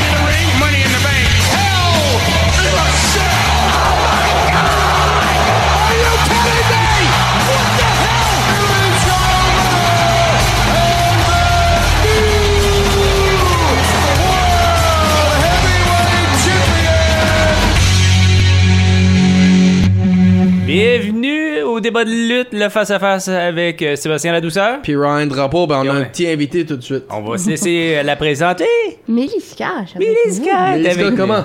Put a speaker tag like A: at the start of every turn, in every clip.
A: of the Ring, Money in the Bank.
B: Hell in a Cell. Oh Are you kidding me? What the hell?
C: Bienvenue au débat de lutte, le face-à-face avec euh, Sébastien Ladouceur.
D: Puis Ryan Drapeau, ben on a
C: Ouais. Ah,
D: un petit invité tout de suite.
C: On va se laisser euh, la présenter.
E: Mélisse Cash. avec
C: Billy
E: nous.
C: Scott
D: Les gars,
C: avec
D: comment?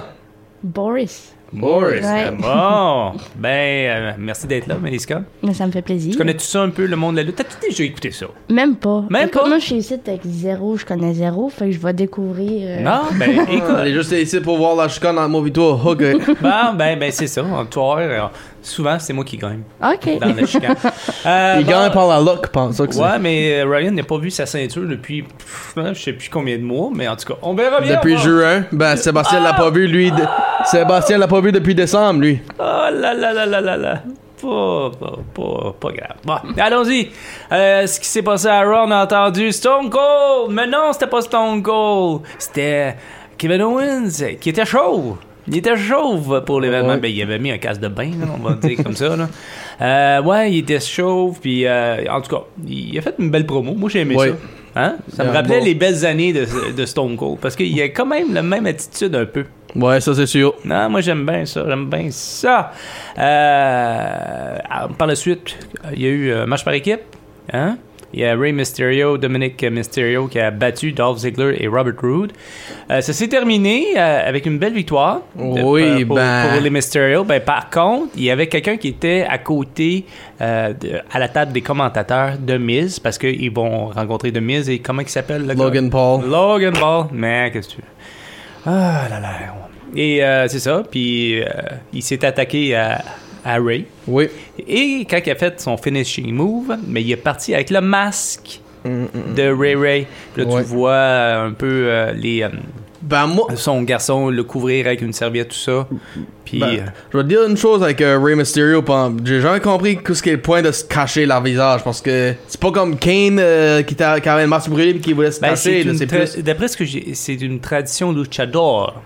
E: Boris.
D: Boris.
E: Ouais.
C: nous. Bon, ben, euh, merci d'être là, Mélisca.
E: Mais ça me fait plaisir.
C: Tu connais-tu ça un peu, le monde de la lutte? T'as-tu déjà écouté ça?
E: Même pas.
C: Même
E: Écoute,
C: pas?
E: Moi, je suis ici avec zéro, je connais zéro, fait que je vais découvrir. euh,
C: Non? Ben,
D: On est
C: écoute.
D: juste ici pour voir la chicane en mauvais toit. Ok.
C: Bon, ben, ben c'est ça. En toi, euh, souvent, c'est moi qui gagne
E: Ah, Ok.
C: dans le chicane. Euh,
D: Il
C: bon,
D: gagne par la loque, pense ça que c'est.
C: Ouais, mais euh, Ryan n'a pas vu sa ceinture depuis pff, je sais plus combien de mois, mais en tout cas, on verra bien.
D: Depuis
C: on va-
D: juin, ben Sébastien l'a pas vu, lui. de- Sébastien l'a pas vu depuis décembre, lui.
C: Oh là là là là là là. Pas, pas, pas, pas grave. Bon, allons-y. Euh, ce qui s'est passé à Raw, on a entendu Stone Cold. Mais non, c'était pas Stone Cold. C'était Kevin Owens euh, qui était chauve. Il était chauve pour l'événement.
D: Ouais.
C: Ben, il avait mis un casque de bain, là, on va dire comme ça. Là. Euh, ouais, il était chauve. Puis, euh, en tout cas, il a fait une belle promo. Moi, j'ai aimé
D: Ouais.
C: ça. Hein? Ça me
D: Ouais,
C: rappelait
D: bon.
C: les belles années de, de Stone Cold. Parce qu'il a quand même la même attitude un peu.
D: Ouais, ça c'est sûr.
C: Non, moi j'aime bien ça, j'aime bien ça. Euh, par la suite, il y a eu un match par équipe. Hein? Il y a Ray Mysterio, Dominic Mysterio qui a battu Dolph Ziggler et Robert Roode. Euh, ça s'est terminé euh, avec une belle victoire de-
D: Oui,
C: pour,
D: ben.
C: pour les Mysterio. Ben, par contre, il y avait quelqu'un qui était à côté, euh, de- à la table des commentateurs de Miz, parce qu'ils vont rencontrer de Miz et comment il s'appelle le gars?
D: Logan Paul.
C: Logan Paul. Mais qu'est-ce que tu. Ah là là. Et euh, c'est ça. Puis euh, il s'est attaqué à, à Ray.
D: Oui.
C: Et quand il a fait son finishing move, mais il est parti avec le masque de Ray Ray. Là,
D: Mm, Ouais.
C: tu vois euh, un peu euh, les, euh,
D: Ben moi,
C: son garçon le couvrir avec une serviette, tout ça. Puis.
D: ben,
C: euh,
D: je vais te dire une chose avec euh, Ray Mysterio. pis J'ai jamais compris ce qui est le point de se cacher leur visage parce que c'est pas comme Kane euh, qui, t'a- qui avait une masque brûlée pis qui voulait se
C: ben, c'est
D: cacher. là,
C: une
D: C'est
C: tra-
D: plus.
C: D'après ce que j'ai, c'est une tradition luchador.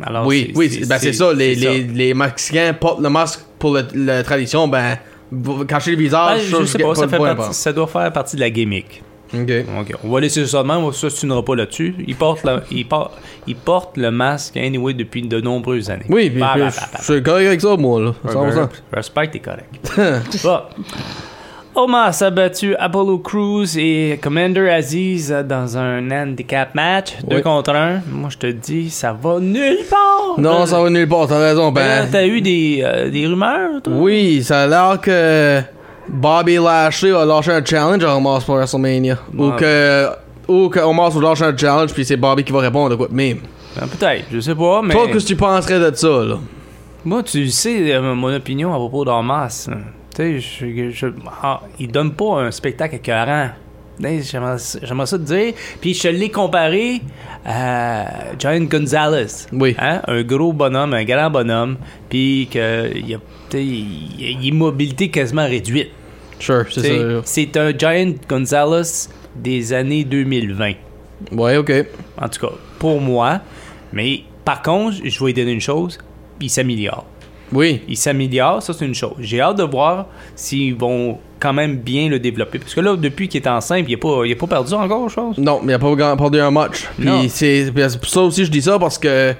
C: Alors,
D: Oui, oui, c'est- ben c'est ça, les,
C: Ah, c'est ça.
D: les, les Mexicains portent le masque pour le- la tradition, ben, v- cacher le visage,
C: Ben,
D: ça,
C: je sais pas, ça,
D: le
C: fait
D: point,
C: partie- ça doit faire partie de la gimmick.
D: je pense. Ok.
C: Ok, on va laisser ça de même, on s'ostinera pas là-dessus. Il porte, le, il, por- il porte le masque anyway depuis de nombreuses années.
D: Oui, pis
C: Bah, bah,
D: je
C: bah, bah.
D: je suis correct avec ça, moi, là.
C: Ouais,
D: 100%.
C: ben, Respect, t'es correct. bon. Omas a battu Apollo Crews et Commander Aziz dans un handicap match, 2
D: Oui.
C: contre 1. Moi, je te dis, ça va nulle part.
D: Non,
C: Euh,
D: ça va nulle part, t'as raison,
C: là,
D: ben.
C: T'as eu des, euh, des rumeurs, toi?
D: Oui, ça a l'air que Bobby Lashley va lâcher un challenge à Omos pour WrestleMania. Ou
C: Ouais.
D: que. Ou que Omos va lâcher un challenge, puis c'est Bobby qui va répondre de quoi de même.
C: Ben, Peut-être, je sais pas, mais...
D: Toi, qu'est-ce que tu penserais de ça, là?
C: Moi, tu sais euh, mon opinion à propos d'Ormas. hein. Tu sais, je, je- ah, il donne pas un spectacle écœurant. Hey, J'aimerais j'aimerais ça te dire. Puis je te l'ai comparé à John Gonzalez.
D: Oui.
C: Hein? Un gros bonhomme, un grand bonhomme. Puis que il a, tu sais, il- il a une mobilité quasiment réduite.
D: Sure, c'est
C: Tu sais,
D: ça. là.
C: C'est un Giant Gonzalez des années 2020.
D: Ouais, ok.
C: En tout cas, pour moi. Mais par contre, je vais lui donner une chose. Il s'améliore.
D: Oui.
C: Il s'améliore, ça c'est une chose. J'ai hâte de voir s'ils vont quand même bien le développer. Parce que là, depuis qu'il est enceinte, il n'est pas, il a pas perdu encore, je pense.
D: Non, mais il a pas gagné- perdu un match.
C: Non.
D: Puis c'est puis c'est pour ça aussi que je dis ça parce que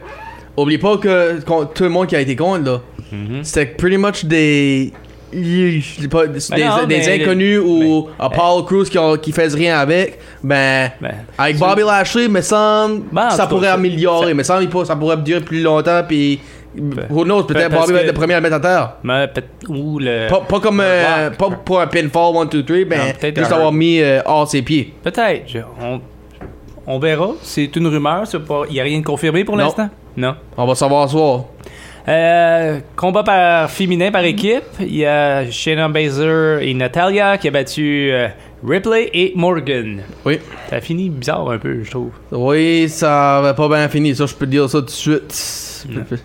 D: oublie pas que qu'on- tout le monde qui a été contre là,
C: Mhm.
D: c'était pretty much des je sais pas, des,
C: Ben non,
D: des
C: mais- eh.
D: inconnus ou à Paul Cruz qui, ont- qui faisait rien avec. Ben,
C: Ben,
D: avec Bobby Lashley, me semble
C: Ben, en tout
D: ça
C: cas,
D: pourrait
C: ça-
D: améliorer,
C: ça- Ben,
D: me semble il peut- ça pourrait durer plus longtemps puis who knows, peut-être
C: parce
D: Bobby va être
C: que-
D: le premier à le mettre à terre.
C: Mais peut- ou le.
D: Pas, pas comme
C: le
D: euh,
C: rock.
D: pas pour un pinfall 1 2 3
C: ben. Non,
D: ben
C: peut-être
D: juste
C: un-
D: avoir mis euh, hors ses pieds.
C: Peut-être. Je- On, on verra. C'est une rumeur. c'est pas- Il n'y a rien de confirmé pour
D: Non.
C: l'instant. Non.
D: On va savoir ce soir.
C: Euh, combat par féminin
D: Mhm.
C: par équipe. Il y a Shayna Baszler et Natalia qui a battu euh, Ripley et Morgan.
D: Oui.
C: Ça a fini bizarre un peu, je trouve.
D: Oui, ça va pas bien fini. Ça, je peux te dire ça tout de suite.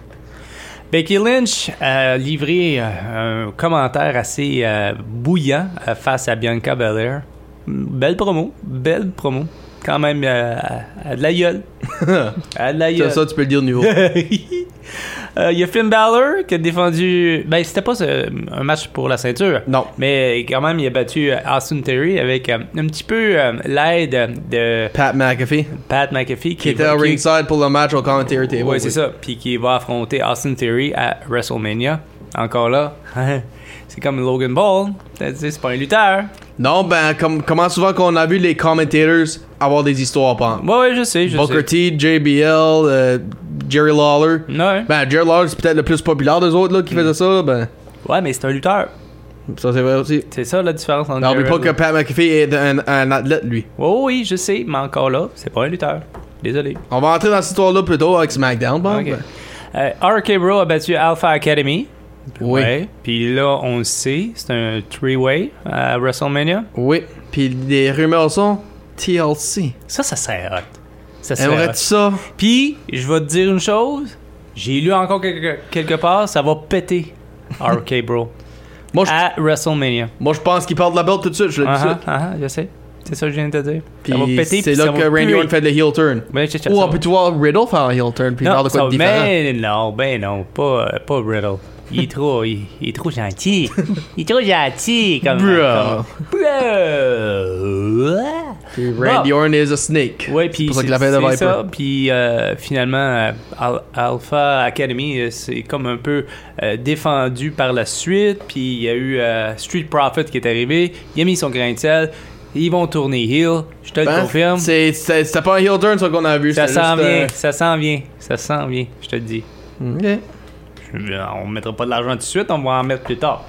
C: Becky Lynch a livré euh, un commentaire assez euh, bouillant euh, face à Bianca Belair. Mm, Belle promo, belle promo. Quand même, euh, à- à de la gueule. À de la
D: Ça,
C: gueule.
D: ça, tu peux le dire de nouveau.
C: Euh, Il y a Finn Balor qui a défendu. Ben, c'était pas euh, un match pour la ceinture.
D: non.
C: Mais quand même, il a battu euh, Austin Terry avec euh, un petit peu euh, l'aide de
D: Pat McAfee,
C: Pat McAfee qui,
D: qui était à
C: qui-
D: ringside pour le match au commentary table.
C: Ouais, c'est ça. Puis qui va affronter Austin Theory à WrestleMania. Encore là, c'est comme Logan Paul. T'as dit, C'est pas un lutteur.
D: Non, ben, comme, comment souvent qu'on a vu les commentators avoir des histoires, par exemple.
C: Ouais, ouais, je sais, Mm. je
D: Booker T, JBL, euh, Jerry Lawler.
C: sais. Non.
D: Ben, Jerry Lawler, c'est peut-être le plus populaire des autres là,
C: Mm.
D: qui faisait ça. Ben,
C: Ouais, mais c'est un lutteur.
D: ça, c'est vrai aussi.
C: C'est ça la différence entre.
D: N'oublie pas
C: Jerry-
D: que Pat McAfee est un, un athlète, lui.
C: Ouais, oui, je sais, mais encore là, c'est pas un lutteur. Désolé.
D: On va entrer dans cette histoire-là plus tôt avec SmackDown, bon,
C: Ok.
D: ben.
C: Euh, RK Bro a battu Alpha Academy.
D: Oui.
C: Ouais. Puis là, on le sait, c'est un three-way à WrestleMania.
D: Oui. Puis les rumeurs sont TLC.
C: Ça, ça serait hot. Ça serait
D: Aimerais-tu
C: hot.
D: ça?
C: Puis, je vais te dire une chose. J'ai lu encore quelque, quelque part, ça va péter RK Bro
D: Moi, je,
C: à WrestleMania.
D: moi, je pense qu'il parle de la belt tout de suite. Je le dis tout
C: Ah
D: de suite.
C: ah, ah, je sais. C'est ça que je viens de te dire. ça va
D: Puis
C: péter.
D: c'est
C: puis
D: là
C: ça
D: que
C: va
D: Randy
C: puer.
D: Orton fait le heel turn.
C: Ben, je- je-
D: Ou
C: ça
D: on
C: va-
D: peut voir Riddle faire un heel turn puis
C: Non,
D: faire de
C: ça
D: quoi de
C: va-
D: différent.
C: mais non, ben non, pas, euh, pas Riddle. Il est trop, il, il est trop gentil. Il est trop gentil comme.
D: Bro.
C: comme- Bro.
D: Puis Randy
C: Bon.
D: Orton is a snake.
C: Ouais, puis
D: c'est pour ça
C: c'est-
D: qu'il l'appelle le
C: c'est
D: Viper.
C: ça, Puis euh, finalement, euh, Al- Alpha Academy, euh, c'est comme un peu euh, défendu par la suite. Puis il y a eu euh, Street Profit qui est arrivé. Il a mis son grain de sel. Ils vont tourner heel. Je te le
D: Hein?
C: confirme.
D: C'est- C'était c'était pas un heel turn, ça qu'on a vu.
C: Ça
D: c'était
C: s'en
D: juste,
C: vient,
D: euh,
C: ça s'en vient, ça s'en vient, je te le dis.
D: ok.
C: Euh, On mettra pas de l'argent tout de suite, on va en mettre plus tard.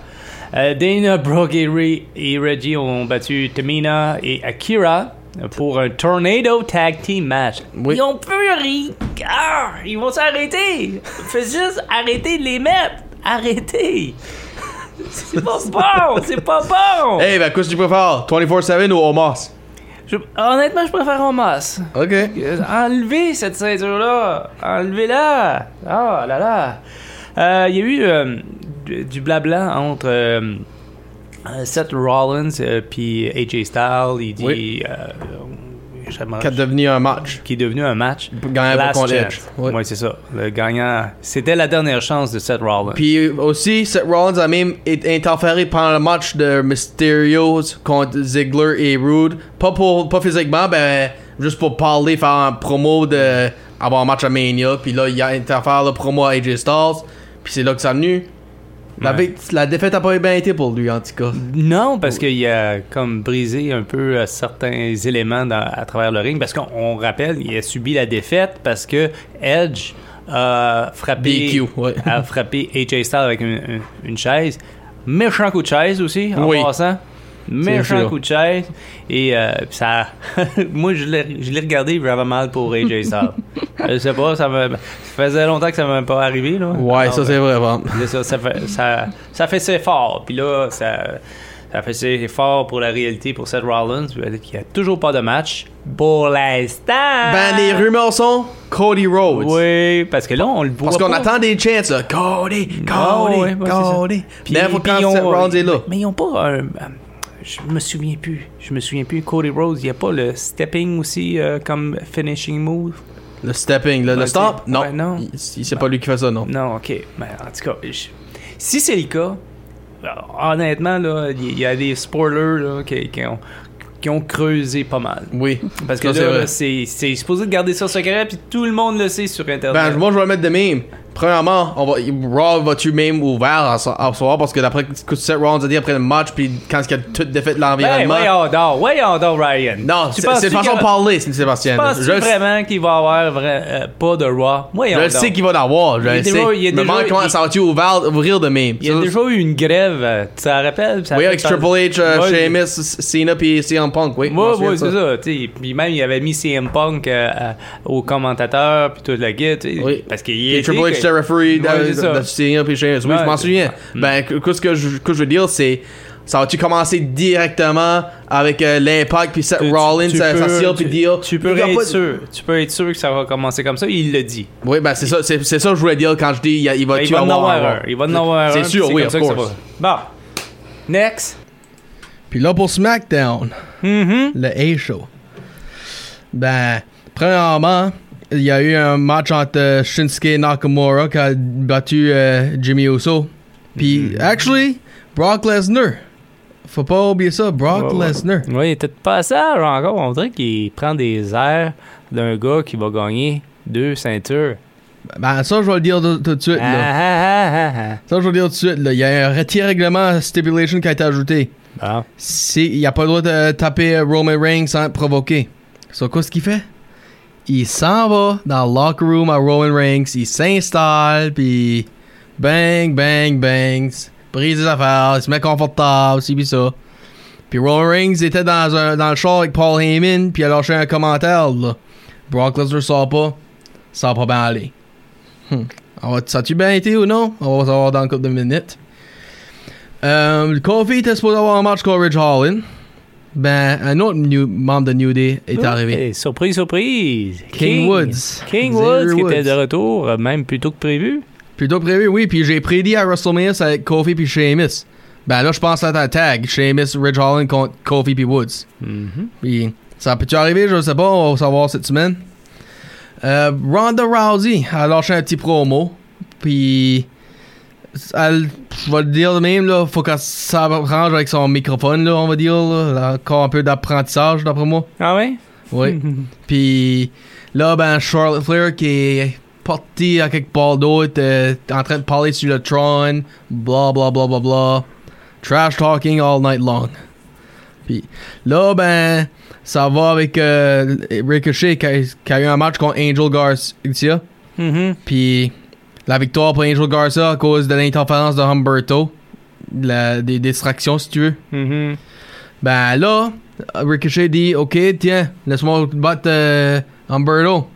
C: Euh, Dana Brooke et, Re- et Reggie ont battu Tamina et Akira pour un Tornado Tag Team Match.
D: Oui.
C: Ils ont peur, ils... Ah, ils vont s'arrêter. Fais juste arrêter de les mettre. Arrêtez. C'est pas bon, c'est pas bon.
D: Hey, ben, qu'est-ce que tu préfères? 24-7 ou Omos?
C: Je- honnêtement, je préfère en masse.
D: Ok.
C: Euh, Enlevez cette ceinture-là! Enlevez-la! Ah là là! Euh, Il y a eu euh, du, du blabla entre euh, euh, Seth Rollins et puis AJ Styles. Il dit.
D: Oui.
C: euh, j'aimerais-
D: Qui a devenu un match.
C: qui est devenu un match.
D: Gagnant
C: Last
D: contre
C: chance.
D: Edge.
C: Ouais,
D: Ouais.
C: c'est ça. Le gagnant. C'était la dernière chance de Seth Rollins.
D: Puis aussi, Seth Rollins a même été interféré pendant le match de Mysterios contre Ziggler et Rude. Pas, pour, pas physiquement, ben, juste pour parler, faire un promo de avoir un match à Mania. Puis là, il a interféré le promo à AJ Styles. Puis c'est là que ça a venu. La,
C: Ouais.
D: vic- la défaite a pas bien été pour lui, en tout cas.
C: Non, parce qu'il a comme brisé un peu euh, certains éléments dans- à travers le ring. Parce qu'on on rappelle, il a subi la défaite parce que Edge a frappé,
D: DQ, ouais.
C: a frappé AJ Styles avec une, une- une chaise. Méchant coup de chaise aussi, en
D: Oui.
C: passant. Méchant
D: sûr.
C: coup de chaise. Et euh, ça. Moi, je l'ai je l'ai regardé, j'avais mal pour AJ Styles. je sais pas, ça, me, ça faisait longtemps que ça m'avait pas arrivé. Là.
D: Ouais,
C: Alors, ben,
D: ça c'est vrai, vraiment.
C: Là, ça, ça, fait, ça, ça fait ses efforts. Puis là, ça, ça fait ses efforts pour la réalité pour Seth Rollins, euh, qui a toujours pas de match pour l'instant.
D: Ben, les rumeurs sont Cody Rhodes.
C: Oui, parce que là, on le voit.
D: Parce qu'on
C: pas.
D: attend des chances, là. Cody, Cody,
C: Ah ouais, ouais, c'est ça.
D: Cody.
C: Puis-
D: Mais il faut
C: puis
D: quand
C: ils ont-
D: Seth Rollins est là.
C: Mais ils ont pas. un- un- je me souviens plus. Je me souviens plus. Cody Rhodes, il n'y a pas le stepping aussi euh, comme finishing move.
D: Le stepping, le,
C: Ouais,
D: le stomp?
C: tu-
D: Non.
C: ouais, non.
D: Il- il- C'est pas lui qui fait ça, non.
C: Non, ok. Mais en tout cas, je- si c'est le cas, euh, honnêtement, là, il y- il y a des spoilers là, qui, qui ont, qui ont creusé pas mal.
D: Oui.
C: Parce que
D: Ça, c'est
C: là,
D: vrai.
C: là, c'est c'est supposé de garder ça secret, puis tout le monde le sait sur Internet.
D: Ben, moi, je vais le mettre de même. Premièrement, on va, Raw va-tu même ouvert à, so- à soir parce que d'après ce que Seth Rollins a dit après le match, puis quand il y a toute défaite de
C: ben,
D: l'environnement.
C: voyons donc, voyons donc, Ryan.
D: non,
C: Tu
D: c'est c'est
C: penses-tu
D: une façon
C: qu'il
D: de
C: y a-
D: parler, c'est- Sébastien.
C: penses-tu
D: Je le sais-
C: vraiment qu'il va y avoir vrai- euh, pas de Raw? Voyons
D: je le
C: donc.
D: sais qu'il va l'avoir, je
C: Il y a
D: le sais.
C: déjà- il y a
D: Mais
C: déjà-
D: moi, comment
C: il-
D: ça va-tu ouvert, ouvrir de même?
C: Il y a
D: Ça,
C: déjà eu une grève, euh, tu t'en rappelles? Ça
D: Oui,
C: fait
D: avec
C: par-
D: Triple H, euh,
C: Ouais,
D: Sheamus, Cena, puis CM Punk, oui. je m'en
C: Ouais,
D: souviens
C: ouais,
D: de
C: c'est ça. tu sais. Puis même, il avait mis CM Punk euh, à- au commentateur, puis tout le guide. tu sais,
D: Oui.
C: Parce
D: Puis
C: qu'il
D: Triple H
F: j'étais referee dans
C: Ouais, c'est ça.
F: dans le Sicilien, puis je- oui, je m'en
C: Ouais. Mm.
F: souviens. Ben, que- qu'est-ce que je, que je veux dire, c'est. Ça va-tu commencer directement avec euh, l'Impact, puis Seth
C: Tu- tu-
F: Rollins, euh,
C: tu
F: ça, ça
C: peux-
F: seal,
C: tu-
F: puis deal.
C: Tu peux
F: Il y a
C: être
F: pas de-
C: sûr. Tu peux être sûr que ça va commencer comme ça. Il le dit.
F: Oui, ben c'est ça, c'est, c'est ça que je voulais dire quand je dis il, y a- il va
C: Ben, Il
F: tu
C: va en
F: avoir
C: avoir un. Il va en avoir
F: C'est
C: un,
F: sûr,
C: puis
F: oui,
C: comme
F: of
C: ça que ça
F: course.
C: va. Bon. Next.
D: Puis là, pour SmackDown,
C: Mhm.
D: le A-Show. Ben, premièrement, il y a eu un match entre euh, Shinsuke Nakamura qui a battu euh, Jimmy Uso. Puis,
C: Mm-hmm.
D: actually, Brock Lesnar. Faut pas oublier ça, Brock
C: Ouais, ouais.
D: Lesnar.
C: Oui, il était de passage encore. On dirait qu'il prend des airs d'un gars qui va gagner deux ceintures.
D: Ben, ça, je vais le dire tout tout de suite.
C: Ah,
D: Là.
C: ah, ah,
D: Ça, je vais le dire tout de suite. Là. Il y a un ré- petit règlement stipulation qui a été ajouté.
C: ah. Bon.
D: C'est- Il n'y a pas le droit de taper euh, Roman Reigns sans être provoqué. So, qu'est-ce qu'il fait? Il s'en va dans le locker room à Roman Reigns, il s'installe, puis bang, bang, bang, brise les affaires, il se met confortable, c'est puis ça. Puis Roman Reigns était dans, un, dans le char avec Paul Heyman, puis il a lâché un commentaire, là. Brock Lesnar sort pas, ça va pas bien aller. Hmm. On va- ça a-tu bien été ou non? On va savoir dans une couple de minutes. Euh, Kofi était supposé avoir un match contre Ridge Holland. Ben, un autre new- membre de New Day est arrivé.
C: Et surprise, surprise.
D: King Woods.
C: King
D: Xavier
C: Woods qui
D: Woods.
C: était de retour, euh, même plus tôt que prévu.
D: Plutôt prévu, oui. Puis j'ai prédit à WrestleMania, ça va être Kofi puis Sheamus. Ben là, je pense à ta tag. Sheamus, Ridge Holland contre Kofi puis Woods. Puis ça peut-tu arriver? Je sais pas. On va savoir cette semaine. Euh, Ronda Rousey a lâché un petit promo. Puis... elle- je vais le dire de même, là. Faut qu'elle s'arrange avec son microphone, là, on va dire. là. Encore un peu d'apprentissage, d'après moi.
C: Ah ouais?
D: Oui. Puis là, ben, Charlotte Flair qui est partie à quelque part d'autre, euh, en train de parler sur le Tron, bla bla bla bla bla. Trash talking all night long. Puis là, ben, ça va avec euh, Ricochet qui a, qui a eu un match contre Angel Garcia.
C: Mhm.
D: Puis la victoire pour Angel Garcia à cause de l'interférence de Humberto. La- des distractions, si tu veux.
C: Mhm.
D: Ben là, Ricochet dit Ok, tiens, laisse-moi battre euh, Humberto.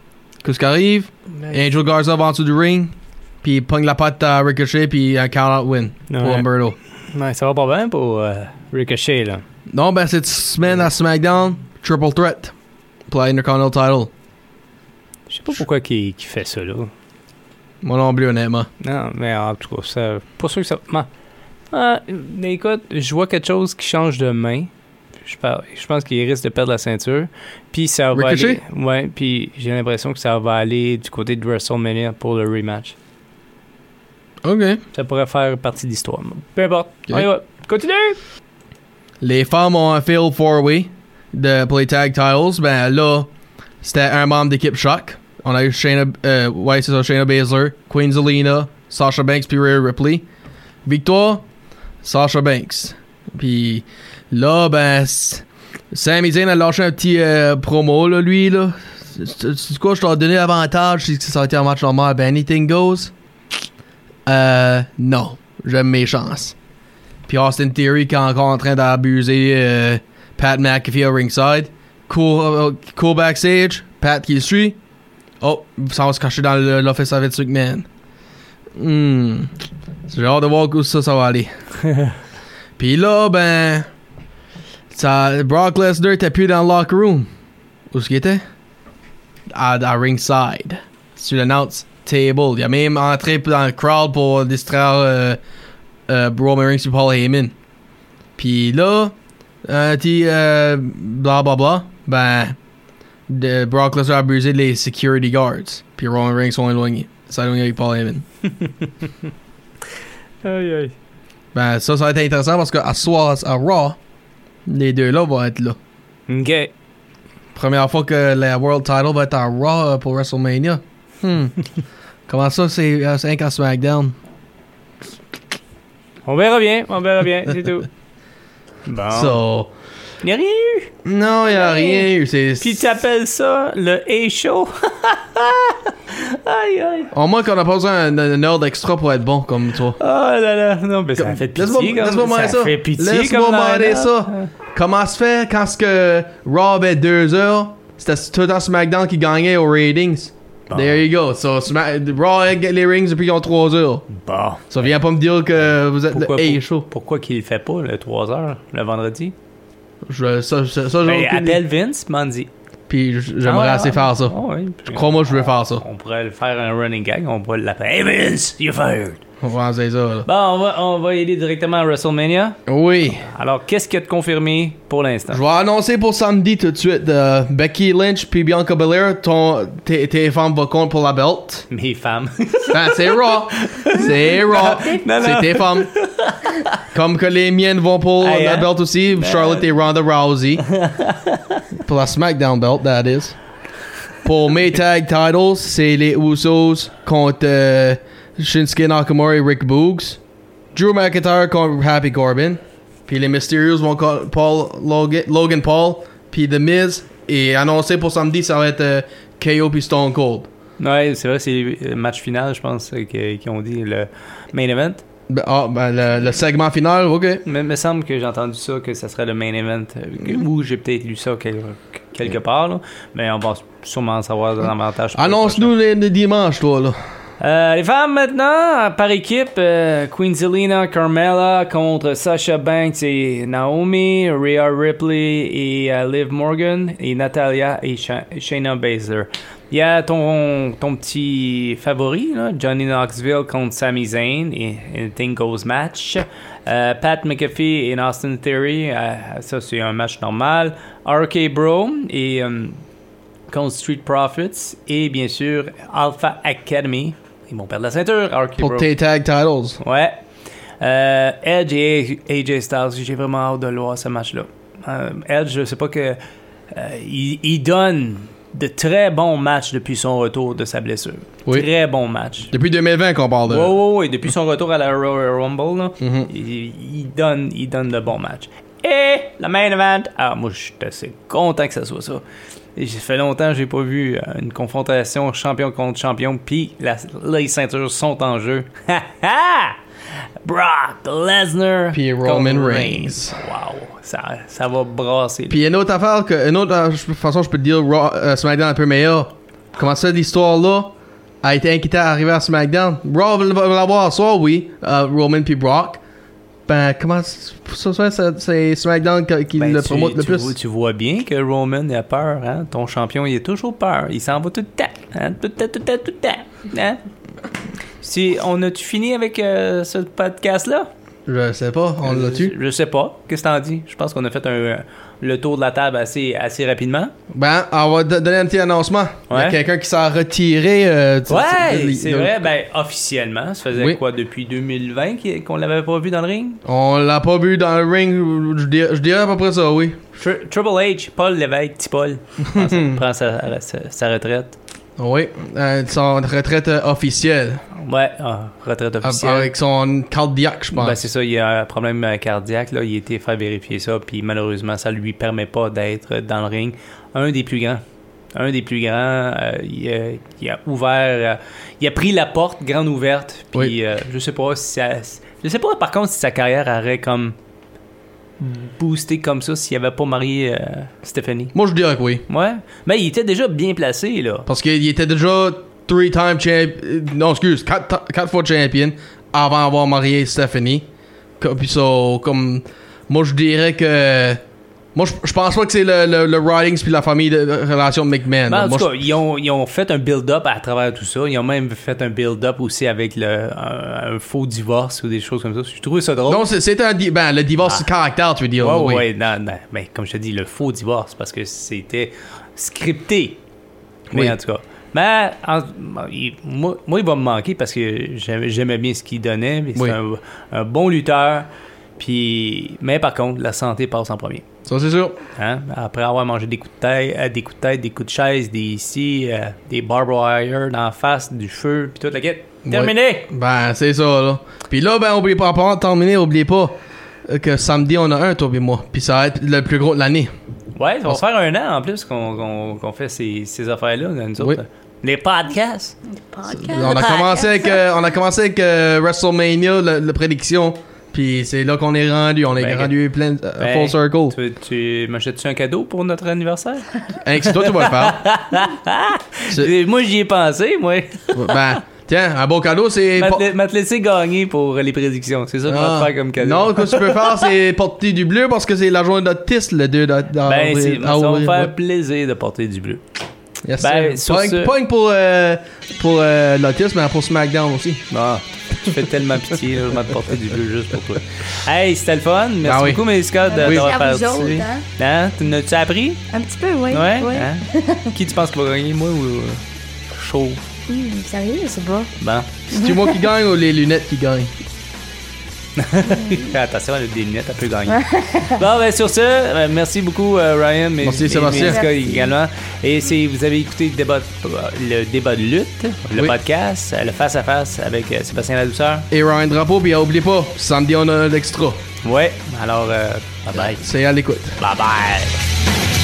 D: Qu'est-ce qui arrive Angel Garza va en dessous du ring, puis il pogne la patte à Ricochet, puis un count-out win pour
C: Ouais.
D: Humberto.
C: Ouais, ça va pas bien pour euh, Ricochet, là.
D: Non, ben cette semaine à SmackDown, Triple Threat pour la Intercontinental Title.
C: Je sais pas pourquoi qu'il qu'il fait ça, là.
D: Moi non plus, honnêtement.
C: Non, mais en tout cas, ça, pas sûr que ça. ma- Ah, mais écoute, je vois quelque chose qui change de main. Je, par- je pense qu'il risque de perdre la ceinture. Puis ça va
D: Ricochet?
C: aller. Ouais, puis j'ai l'impression que ça va aller du côté de WrestleMania pour le rematch.
D: Ok.
C: Ça pourrait faire partie de l'histoire. Peu importe.
D: Ok.
C: On y va. Continue!
D: Les femmes ont un fail four-way de, pour les tag titles. Ben là, c'était un membre d'équipe Shock. On a eu Shayna, euh, ouais, c'est ça, Shayna Baszler, Queen Zelina, Sasha Banks puis Rhea Ripley. Victoire, Sasha Banks. Puis là, ben, s- Sami Zayn a lâché un petit euh, promo, là, lui, là. C'est c'est quoi, je t'ai donné l'avantage si ça a été un match normal. Ben, anything goes. Euh, non, j'aime mes chances. Puis Austin Theory qui est encore en train d'abuser euh, Pat McAfee au ringside. Cool, euh, cool backstage. Pat qui le suit. Oh, ça va se cacher dans le- l'office avec Vince McMahon. Hmm. J'ai hâte de voir où ça, ça va aller. Puis là, ben... Ça, Brock Lesnar était plus dans le locker room. Où est-ce qu'il était? À, à ringside. Sur l'announce table. Il a même entré dans le crowd pour distraire... euh, euh, Roman Reigns et Paul Heyman. Puis là, euh, t'es, euh, bla bla bla, ben, de Brock Lesnar a abusé les security guards. Puis Roman Reigns sont éloignés. s'éloignent avec Paul Heyman.
C: Aïe, aïe.
D: Ben, ça, ça va être intéressant parce qu'à soir, à Raw, les deux-là vont être là.
C: Ok.
D: Première fois que la World Title va être à Raw euh, pour WrestleMania. Hmm. Comment ça, c'est 5 à SmackDown?
C: On verra bien, on verra bien, c'est tout. Bon.
D: So,
C: Y a rien eu.
D: non, il a rien eu. c'est-
C: Puis t'appelles ça le A-Show? aïe, aïe.
D: Au moins qu'on a pas besoin d'un d'un ordre extra pour être bon comme toi.
C: Oh là là, non, mais ça
D: Comme-
C: fait pitié.
D: Laisse-moi
C: comme-
D: laisse-moi marrer ça.
C: fait pitié
D: Laisse-moi
C: comme
D: marrer
C: line-up.
D: ça. Comment se fait quand ce que Raw avait 2 heures, c'était tout le temps SmackDown qui gagnait aux ratings. There you go. So, Sma- Raw get les rings depuis qu'ils ont 3 heures.
C: Bon.
D: Ça vient pas me dire que vous êtes le
C: Pourquoi,
D: hey
C: pour-
D: show.
C: pourquoi qu'il le fait pas le 3 heures le vendredi?
D: Je, ça, ça, ça, j'ai
C: Ben,
D: aucune idée.
C: appelle Vince, Mandy.
D: Puis j- j'aimerais
C: Ah,
D: assez
C: ah,
D: faire ça.
C: ah ouais, puis-
D: Crois-moi, je veux faire ça.
C: On pourrait le faire un running gag, on pourrait l'appeler. Hey Vince, you're fired.
D: On va lancer ça, là.
C: Bon, on va, on va y aller directement à WrestleMania.
D: Oui.
C: Alors, qu'est-ce qu'il y a de confirmé pour l'instant?
D: Je vais annoncer pour samedi tout de suite euh, Becky Lynch puis Bianca Belair, ton, tes, tes femmes vont compte pour la belt.
C: Mes femmes.
D: Ah, c'est Raw. C'est Raw.
C: non, non.
D: C'est tes femmes. Comme que les miennes vont pour
C: Hey,
D: la
C: hein?
D: belt aussi. Charlotte et Ronda Rousey. pour la SmackDown belt, that is. Pour mes tag titles, c'est les Usos contre euh, Shinsuke Nakamura et Rick Boogs. Drew McIntyre contre Happy Corbin. Puis les Mysterios vont contre Paul Logan, Logan Paul. Puis The Miz. Et annoncé pour samedi, ça va être euh, KO puis Stone Cold.
C: ouais, c'est vrai, c'est le match final, je pense, euh, que- qu'ils ont dit le main event.
D: Ben, Ah, ben, le, le segment final, ok.
C: Mais il me semble que j'ai entendu ça, que ça serait le main event, euh, que- ou j'ai peut-être lu ça quel- quelque part, là. mais on va sûrement en savoir davantage. pour le
D: Annonce-nous les, les dimanches, toi, là.
C: Euh, les femmes maintenant, par équipe, euh, Queen Zelina, Carmella contre Sasha Banks et Naomi, Rhea Ripley et euh, Liv Morgan, et Natalia et Sha- Shayna Baszler. Il y a ton, ton petit favori, là, Johnny Knoxville contre Sami Zayn et Anything Goes match. Euh, Pat McAfee et Austin Theory, euh, ça c'est un match normal. RK Bro et... euh, contre Street Profits et bien sûr Alpha Academy. Ils vont perdre la ceinture, RK
D: Pour
C: Bro.
D: tes tag titles.
C: Ouais. Euh, Edge et AJ Styles, j'ai vraiment hâte de le voir ce match-là. Euh, Edge, je sais pas que. euh, il, il donne de très bons matchs depuis son retour de sa blessure.
D: Oui.
C: Très bons matchs.
D: Depuis 2020 qu'on parle de. Mhm.
C: Ouais, ouais, ouais. Depuis son retour à la Royal Rumble, là, il, il donne, il donne de bons matchs. Et la main event, ah, moi, je suis assez content que ça soit ça. Et J'ai fait longtemps que j'ai pas vu euh, une confrontation champion contre champion, puis la- les ceintures sont en jeu. Ha ha! Brock Lesnar
D: Puis
C: contre
D: Roman Reigns.
C: Wow, ça, ça va brasser.
D: Puis une autre affaire, que, une autre euh, je- façon, je peux te dire, Raw, euh, SmackDown est un peu meilleur. Comment ça, l'histoire-là a été inquiétée à arriver à SmackDown? Raw va va l'avoir à soir, oui. euh, Roman puis Brock. Ben, comment ça, ça, ça, ça- c'est SmackDown qui, qui
C: Ben,
D: le
C: tu-
D: promote le
C: tu
D: plus?
C: vois- tu vois bien que Roman a peur, hein? Ton champion, il a toujours peur. Il s'en va tout le temps. hein, Tout le temps, tout le temps, tout le temps. hein. Si, on a-tu fini avec euh, ce podcast-là? Euh,
D: Je sais pas, on l'a
C: Je,
D: tu.
C: je sais pas. Qu'est-ce que t'en dis? Je pense qu'on a fait un, euh, le tour de la table assez, assez rapidement.
D: Ben, on va do- donner un petit annoncement. Il y a
C: Ouais.
D: quelqu'un qui s'est retiré. euh, du-
C: Ouais,
D: du-
C: c'est
D: du-
C: vrai. Ben, officiellement, ça faisait
D: Oui.
C: quoi depuis 2020 qu'il- qu'on l'avait pas vu dans le ring?
D: On l'a pas vu dans le ring, je dirais, je dirais à peu près ça, oui.
C: Tri- Triple H, Paul Lévesque, petit Paul, prend sa, prend sa- sa- sa retraite.
D: Oui, euh, son retraite euh, officielle.
C: Ouais, ah, retraite
D: A-
C: officielle.
D: Avec son cardiaque, je pense.
C: Ben, c'est ça, il y a un problème euh, cardiaque. Là. Il a été faire vérifier ça, puis malheureusement, ça lui permet pas d'être dans le ring. Un des plus grands. Un des plus grands. euh, il, a, il a ouvert. euh, il a pris la porte grande ouverte. Puis
D: Oui.
C: euh, je sais pas si ça- Je sais pas par contre si sa carrière aurait comme boosté comme ça s'il avait pas marié euh, Stephanie.
D: Moi, je dirais que oui.
C: Ouais. Mais il était déjà bien placé là.
D: Parce qu'il était déjà three-time champion. euh, Non, excuse, quatre, ta- quatre fois champion avant d'avoir marié Stephanie. Co- Puis ça, comme. Moi, je dirais que. Moi, je- je pense pas que c'est le, le, le Ridings puis la famille de, de relation de McMahon.
C: Ben, en
D: Moi,
C: tout
D: je-
C: cas, ils ont, ils ont fait un build-up à travers tout ça. Ils ont même fait un build-up aussi avec le, un, un faux divorce ou des choses comme ça. Je trouvais ça drôle.
D: non, c'est- c'est un. di- Ben, le divorce de caractère, tu veux dire.
C: Ah. Ouais,
D: ah oui.
C: ouais, non, non. Mais comme je te dis, le faux divorce, parce que c'était scripté. Mais
D: Oui.
C: en tout cas. Mais en- il- moi, moi, il va me manquer parce que j'aimais j'aimais bien ce qu'il donnait. mais C'est
D: Oui.
C: un, un bon lutteur. Puis, mais par contre, la santé passe en premier.
D: Ça, c'est sûr.
C: Hein? Après avoir mangé des coups de tête, euh, des coups de tête, des coups de chaise, des ici, euh, des barbed wire dans la face, du feu, puis toute la quête. Terminé!
D: Ben, c'est ça, là. Puis là, ben, oubliez pas, avant de terminer, oubliez pas euh, que samedi, on a un, toi et moi. Puis ça va être le plus gros de l'année.
C: Ouais, ça va faire un an en plus qu'on qu'on- qu'on fait ces, ces affaires-là, nous
D: Oui.
C: autres. Les podcasts.
E: Podcast.
D: On a commencé avec, euh, on a commencé avec euh, WrestleMania, le- la prédiction Puis c'est là qu'on est rendu. On est
C: Ben,
D: rendu plein euh,
C: Ben,
D: full circle.
C: Tu, tu m'achètes-tu un cadeau pour notre anniversaire?
D: Hein, c'est toi, tu vas le faire.
C: Et moi, j'y ai pensé, moi.
D: ben, tiens, un beau cadeau, c'est.
C: M'a
D: por-
C: te- m'a te laissé gagner pour euh, les prédictions. C'est ça qu'on va
D: Ah.
C: te faire comme cadeau. Ben,
D: Non, ce que tu peux faire, c'est porter du bleu parce que c'est la journée d'autiste, le 2 d'a- d'a-
C: ben, c'est-
D: d'avril.
C: ça va me faire
D: Ah Ouais.
C: plaisir de porter du bleu.
D: Yes,
C: ben,
D: sir.
C: sur
D: Pas-
C: ce-
D: Pas que pour, euh, pour euh, l'autisme, mais pour SmackDown aussi.
C: Ah, tu fais tellement pitié, là, je vais te porter du bleu juste pour toi. Hey, c'était le fun. Merci
D: Ah oui.
C: beaucoup, mes Scott,
E: Merci
C: d'avoir
E: à vous
C: participé.
E: autres, hein.
C: Hein? Tu n'as-tu appris?
E: Un petit peu, oui.
C: Ouais? Hein? Qui tu penses qui va gagner, moi ou euh, Shaw?
E: Hum, sérieux, je sais pas.
C: Bon.
D: C'est moi qui gagne ou les lunettes qui gagnent?
C: Fais attention, elle a des lunettes, elle peut gagner. bon, ben, sur ce, euh, merci beaucoup, euh, Ryan. mais-
D: Merci,
C: mais-
D: Sébastien.
C: mais en tout cas,
E: Merci.
C: également. Et si vous avez écouté le débat, de- le débat de lutte, le
D: Oui.
C: podcast, euh, le face-à-face avec euh, Sébastien Ladouceur.
D: Et Ryan Drapeau, puis euh, oublie pas, samedi on a l'extra.
C: Ouais. Alors, euh, bye bye.
D: C'est à l'écoute.
C: Bye bye.